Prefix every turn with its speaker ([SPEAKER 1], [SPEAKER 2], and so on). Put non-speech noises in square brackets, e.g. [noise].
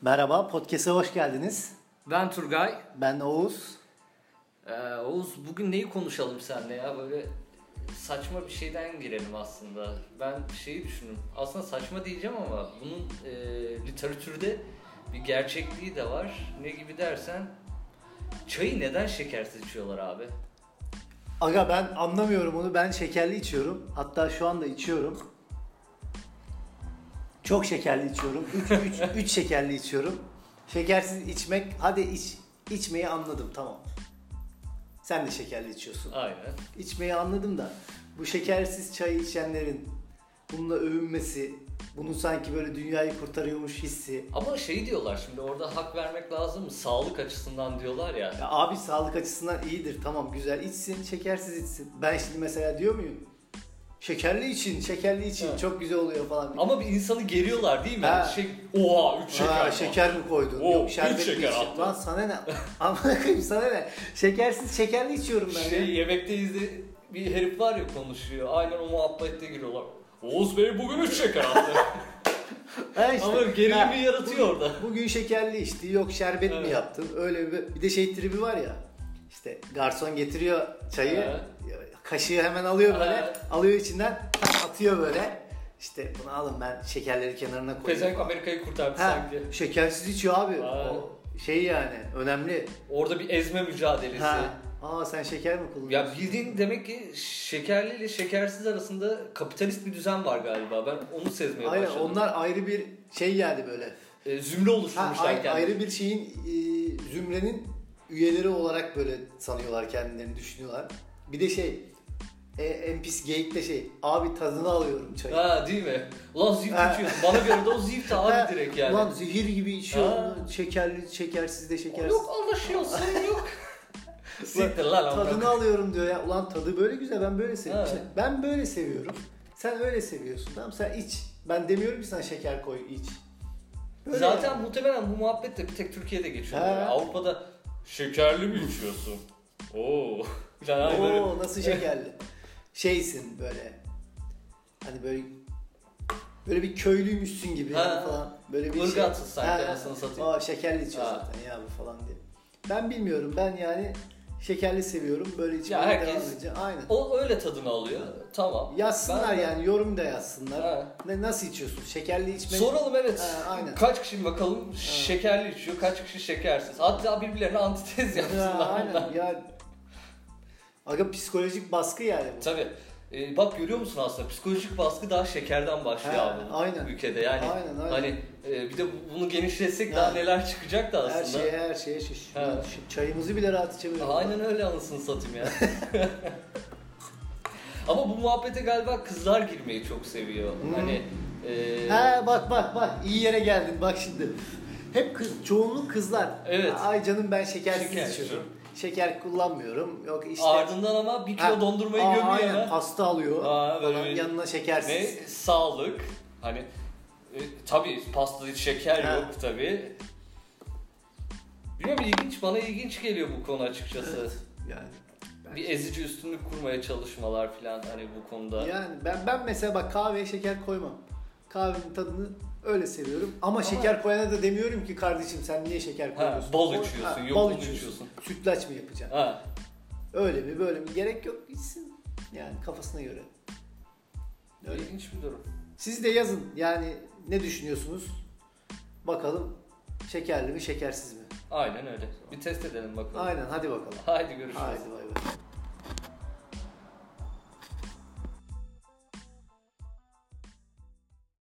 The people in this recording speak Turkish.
[SPEAKER 1] Merhaba, podcast'e hoş geldiniz.
[SPEAKER 2] Ben Turgay.
[SPEAKER 1] Ben Oğuz.
[SPEAKER 2] Ee, Oğuz bugün neyi konuşalım seninle ya? Böyle saçma bir şeyden girelim aslında. Ben şeyi düşündüm. Aslında saçma diyeceğim ama bunun e, literatürde bir gerçekliği de var. Ne gibi dersen çayı neden şekersiz içiyorlar abi?
[SPEAKER 1] Aga ben anlamıyorum onu, ben şekerli içiyorum. Hatta şu anda içiyorum. Çok şekerli içiyorum. 3 şekerli içiyorum. Şekersiz içmek, hadi iç, içmeyi anladım tamam. Sen de şekerli içiyorsun.
[SPEAKER 2] Aynen.
[SPEAKER 1] İçmeyi anladım da bu şekersiz çayı içenlerin bununla övünmesi, bunun sanki böyle dünyayı kurtarıyormuş hissi.
[SPEAKER 2] Ama şey diyorlar şimdi orada hak vermek lazım mı? Sağlık açısından diyorlar ya.
[SPEAKER 1] Ya abi sağlık açısından iyidir tamam güzel içsin şekersiz içsin. Ben şimdi mesela diyor muyum? Şekerli için, şekerli için
[SPEAKER 2] Evet.
[SPEAKER 1] çok güzel oluyor falan.
[SPEAKER 2] Ama bir insanı geriyorlar değil mi?
[SPEAKER 1] Ha.
[SPEAKER 2] Şey, oha 3 şeker.
[SPEAKER 1] şeker,
[SPEAKER 2] var.
[SPEAKER 1] şeker mi koydun?
[SPEAKER 2] Oo,
[SPEAKER 1] Yok
[SPEAKER 2] üç
[SPEAKER 1] şerbetli
[SPEAKER 2] şeker
[SPEAKER 1] içtin.
[SPEAKER 2] attı.
[SPEAKER 1] Lan sana ne? [laughs] Amına koyayım sana ne? Şekersiz şekerli içiyorum ben
[SPEAKER 2] Şey
[SPEAKER 1] ya.
[SPEAKER 2] yemekte izle bir herif var ya konuşuyor. Aynen o muhabbette giriyorlar. Oğuz Bey bugün 3 şeker [laughs] attı.
[SPEAKER 1] Ha işte.
[SPEAKER 2] Ama gerilimi
[SPEAKER 1] Ha,
[SPEAKER 2] yaratıyor orada.
[SPEAKER 1] Bugün şekerli içti, yok şerbet mi
[SPEAKER 2] Evet.
[SPEAKER 1] yaptın? Öyle bir, bir de şey tribi var ya. İşte garson getiriyor çayı, kaşığı hemen alıyor böyle,
[SPEAKER 2] Evet.
[SPEAKER 1] alıyor içinden, tak atıyor böyle. İşte bunu alın ben şekerleri kenarına koyayım.
[SPEAKER 2] Pezenk Amerika'yı kurtardı
[SPEAKER 1] Ha,
[SPEAKER 2] sanki.
[SPEAKER 1] şekersiz içiyor abi.
[SPEAKER 2] Aynen.
[SPEAKER 1] O şey yani önemli.
[SPEAKER 2] Orada bir ezme mücadelesi.
[SPEAKER 1] Ha. Aa sen şeker mi kullanıyorsun?
[SPEAKER 2] Ya bildiğin demek ki şekerli ile şekersiz arasında kapitalist bir düzen var galiba. Ben onu sezmeye
[SPEAKER 1] Aynen
[SPEAKER 2] şey başladım.
[SPEAKER 1] onlar ayrı bir şey geldi böyle.
[SPEAKER 2] Ee, zümre
[SPEAKER 1] Ha,
[SPEAKER 2] oluşturmuşlar
[SPEAKER 1] ay-
[SPEAKER 2] kendileri.
[SPEAKER 1] ayrı bir şeyin e, zümrenin üyeleri olarak böyle sanıyorlar kendilerini düşünüyorlar. Bir de şey e, en pis geyik de şey abi tadını alıyorum çayı.
[SPEAKER 2] Ha değil mi? Ulan zift
[SPEAKER 1] Ha.
[SPEAKER 2] içiyorsun. Bana göre de o zift
[SPEAKER 1] Ha,
[SPEAKER 2] abi direkt yani.
[SPEAKER 1] Ulan zehir gibi içiyor.
[SPEAKER 2] Ha.
[SPEAKER 1] Şekerli, şekersiz de şekersiz.
[SPEAKER 2] Yok anlaşıyorsun [laughs] yok. Siktir lan amına
[SPEAKER 1] Tadını alıyorum diyor ya. Ulan tadı böyle güzel ben böyle seviyorum.
[SPEAKER 2] Evet.
[SPEAKER 1] İşte ben böyle seviyorum. Sen öyle seviyorsun tamam sen iç. Ben demiyorum ki sana şeker koy iç. Böyle
[SPEAKER 2] Zaten muhtemelen bu muhabbet de bir tek Türkiye'de geçiyor.
[SPEAKER 1] He.
[SPEAKER 2] Yani Avrupa'da şekerli mi içiyorsun? Oo. [laughs] Falan hani böyle-
[SPEAKER 1] Oo nasıl şekerli. Şeysin böyle. Hani böyle böyle bir köylüymüşsün gibi
[SPEAKER 2] Ha.
[SPEAKER 1] yani falan. Böyle bir şey.
[SPEAKER 2] Irgatsın sanki,
[SPEAKER 1] Ha.
[SPEAKER 2] anasını satayım.
[SPEAKER 1] Aa şekerli içiyor
[SPEAKER 2] Ha.
[SPEAKER 1] zaten ya bu falan diye. Ben bilmiyorum. Ben yani şekerli seviyorum. Böyle içmeye
[SPEAKER 2] herkes-
[SPEAKER 1] devam edeceğim. Aynen.
[SPEAKER 2] O öyle tadını alıyor. Tamam.
[SPEAKER 1] Yazsınlar
[SPEAKER 2] Ben-
[SPEAKER 1] yani yorumda yazsınlar.
[SPEAKER 2] Ha.
[SPEAKER 1] Ne nasıl içiyorsun? Şekerli içmeyi.
[SPEAKER 2] [laughs] Soralım evet.
[SPEAKER 1] Ha, aynen.
[SPEAKER 2] Kaç kişi bakalım şekerli içiyor, kaç kişi şekersiz. Hatta birbirlerine antitez
[SPEAKER 1] Ya,
[SPEAKER 2] yapsınlar.
[SPEAKER 1] aynen ya. Aga psikolojik baskı yani bu.
[SPEAKER 2] Tabii. Ee, bak görüyor musun aslında psikolojik baskı daha şekerden başlıyor
[SPEAKER 1] He,
[SPEAKER 2] abi bu
[SPEAKER 1] aynen.
[SPEAKER 2] ülkede yani.
[SPEAKER 1] Aynen, aynen.
[SPEAKER 2] Hani e, bir de bu- bunu genişletsek daha
[SPEAKER 1] Ha.
[SPEAKER 2] neler çıkacak da
[SPEAKER 1] Her
[SPEAKER 2] aslında.
[SPEAKER 1] şeye her şeye şiş.
[SPEAKER 2] Ha.
[SPEAKER 1] Ya, şu Çayımızı bile rahat içemiyoruz.
[SPEAKER 2] Aynen öyle anasını satayım ya. [laughs] Ama bu muhabbete galiba kızlar girmeyi çok seviyor.
[SPEAKER 1] Hmm.
[SPEAKER 2] Hani e,
[SPEAKER 1] Ha bak bak bak iyi yere geldin bak şimdi. Hep kız, çoğunluk kızlar.
[SPEAKER 2] Evet.
[SPEAKER 1] Ay canım ben şekersiz
[SPEAKER 2] Şeker
[SPEAKER 1] içiyorum.
[SPEAKER 2] içiyorum.
[SPEAKER 1] Şeker kullanmıyorum. Yok işte.
[SPEAKER 2] ardından ama bir kilo
[SPEAKER 1] Ha,
[SPEAKER 2] dondurmayı
[SPEAKER 1] aa,
[SPEAKER 2] gömüyor
[SPEAKER 1] aynen,
[SPEAKER 2] hemen.
[SPEAKER 1] pasta alıyor.
[SPEAKER 2] Aa, böyle
[SPEAKER 1] falan,
[SPEAKER 2] bir-
[SPEAKER 1] yanına şekersiz.
[SPEAKER 2] Ne? Sağlık. Hani e, tabii pastada hiç şeker
[SPEAKER 1] Ha.
[SPEAKER 2] yok tabii. Bilmiyorum ilginç bana ilginç geliyor bu konu açıkçası.
[SPEAKER 1] Yani. ben-
[SPEAKER 2] bir ezici üstünlük kurmaya çalışmalar falan hani bu konuda.
[SPEAKER 1] Yani ben ben mesela bak kahveye şeker koymam. Kahvenin tadını öyle seviyorum. Ama, şeker koyana da demiyorum ki kardeşim sen niye şeker
[SPEAKER 2] Ha,
[SPEAKER 1] koyuyorsun?
[SPEAKER 2] bal
[SPEAKER 1] Koy- ha,
[SPEAKER 2] içiyorsun, yok
[SPEAKER 1] bal
[SPEAKER 2] bunu
[SPEAKER 1] içiyorsun.
[SPEAKER 2] içiyorsun.
[SPEAKER 1] Sütlaç mı yapacaksın?
[SPEAKER 2] Ha.
[SPEAKER 1] Öyle mi böyle mi gerek yok gitsin. Yani kafasına göre. Öyle.
[SPEAKER 2] İlginç bir durum.
[SPEAKER 1] Siz de yazın yani ne düşünüyorsunuz? Bakalım şekerli mi şekersiz mi?
[SPEAKER 2] Aynen öyle. Bir test edelim bakalım.
[SPEAKER 1] Aynen hadi bakalım.
[SPEAKER 2] Haydi görüşürüz.
[SPEAKER 1] Haydi bay bay.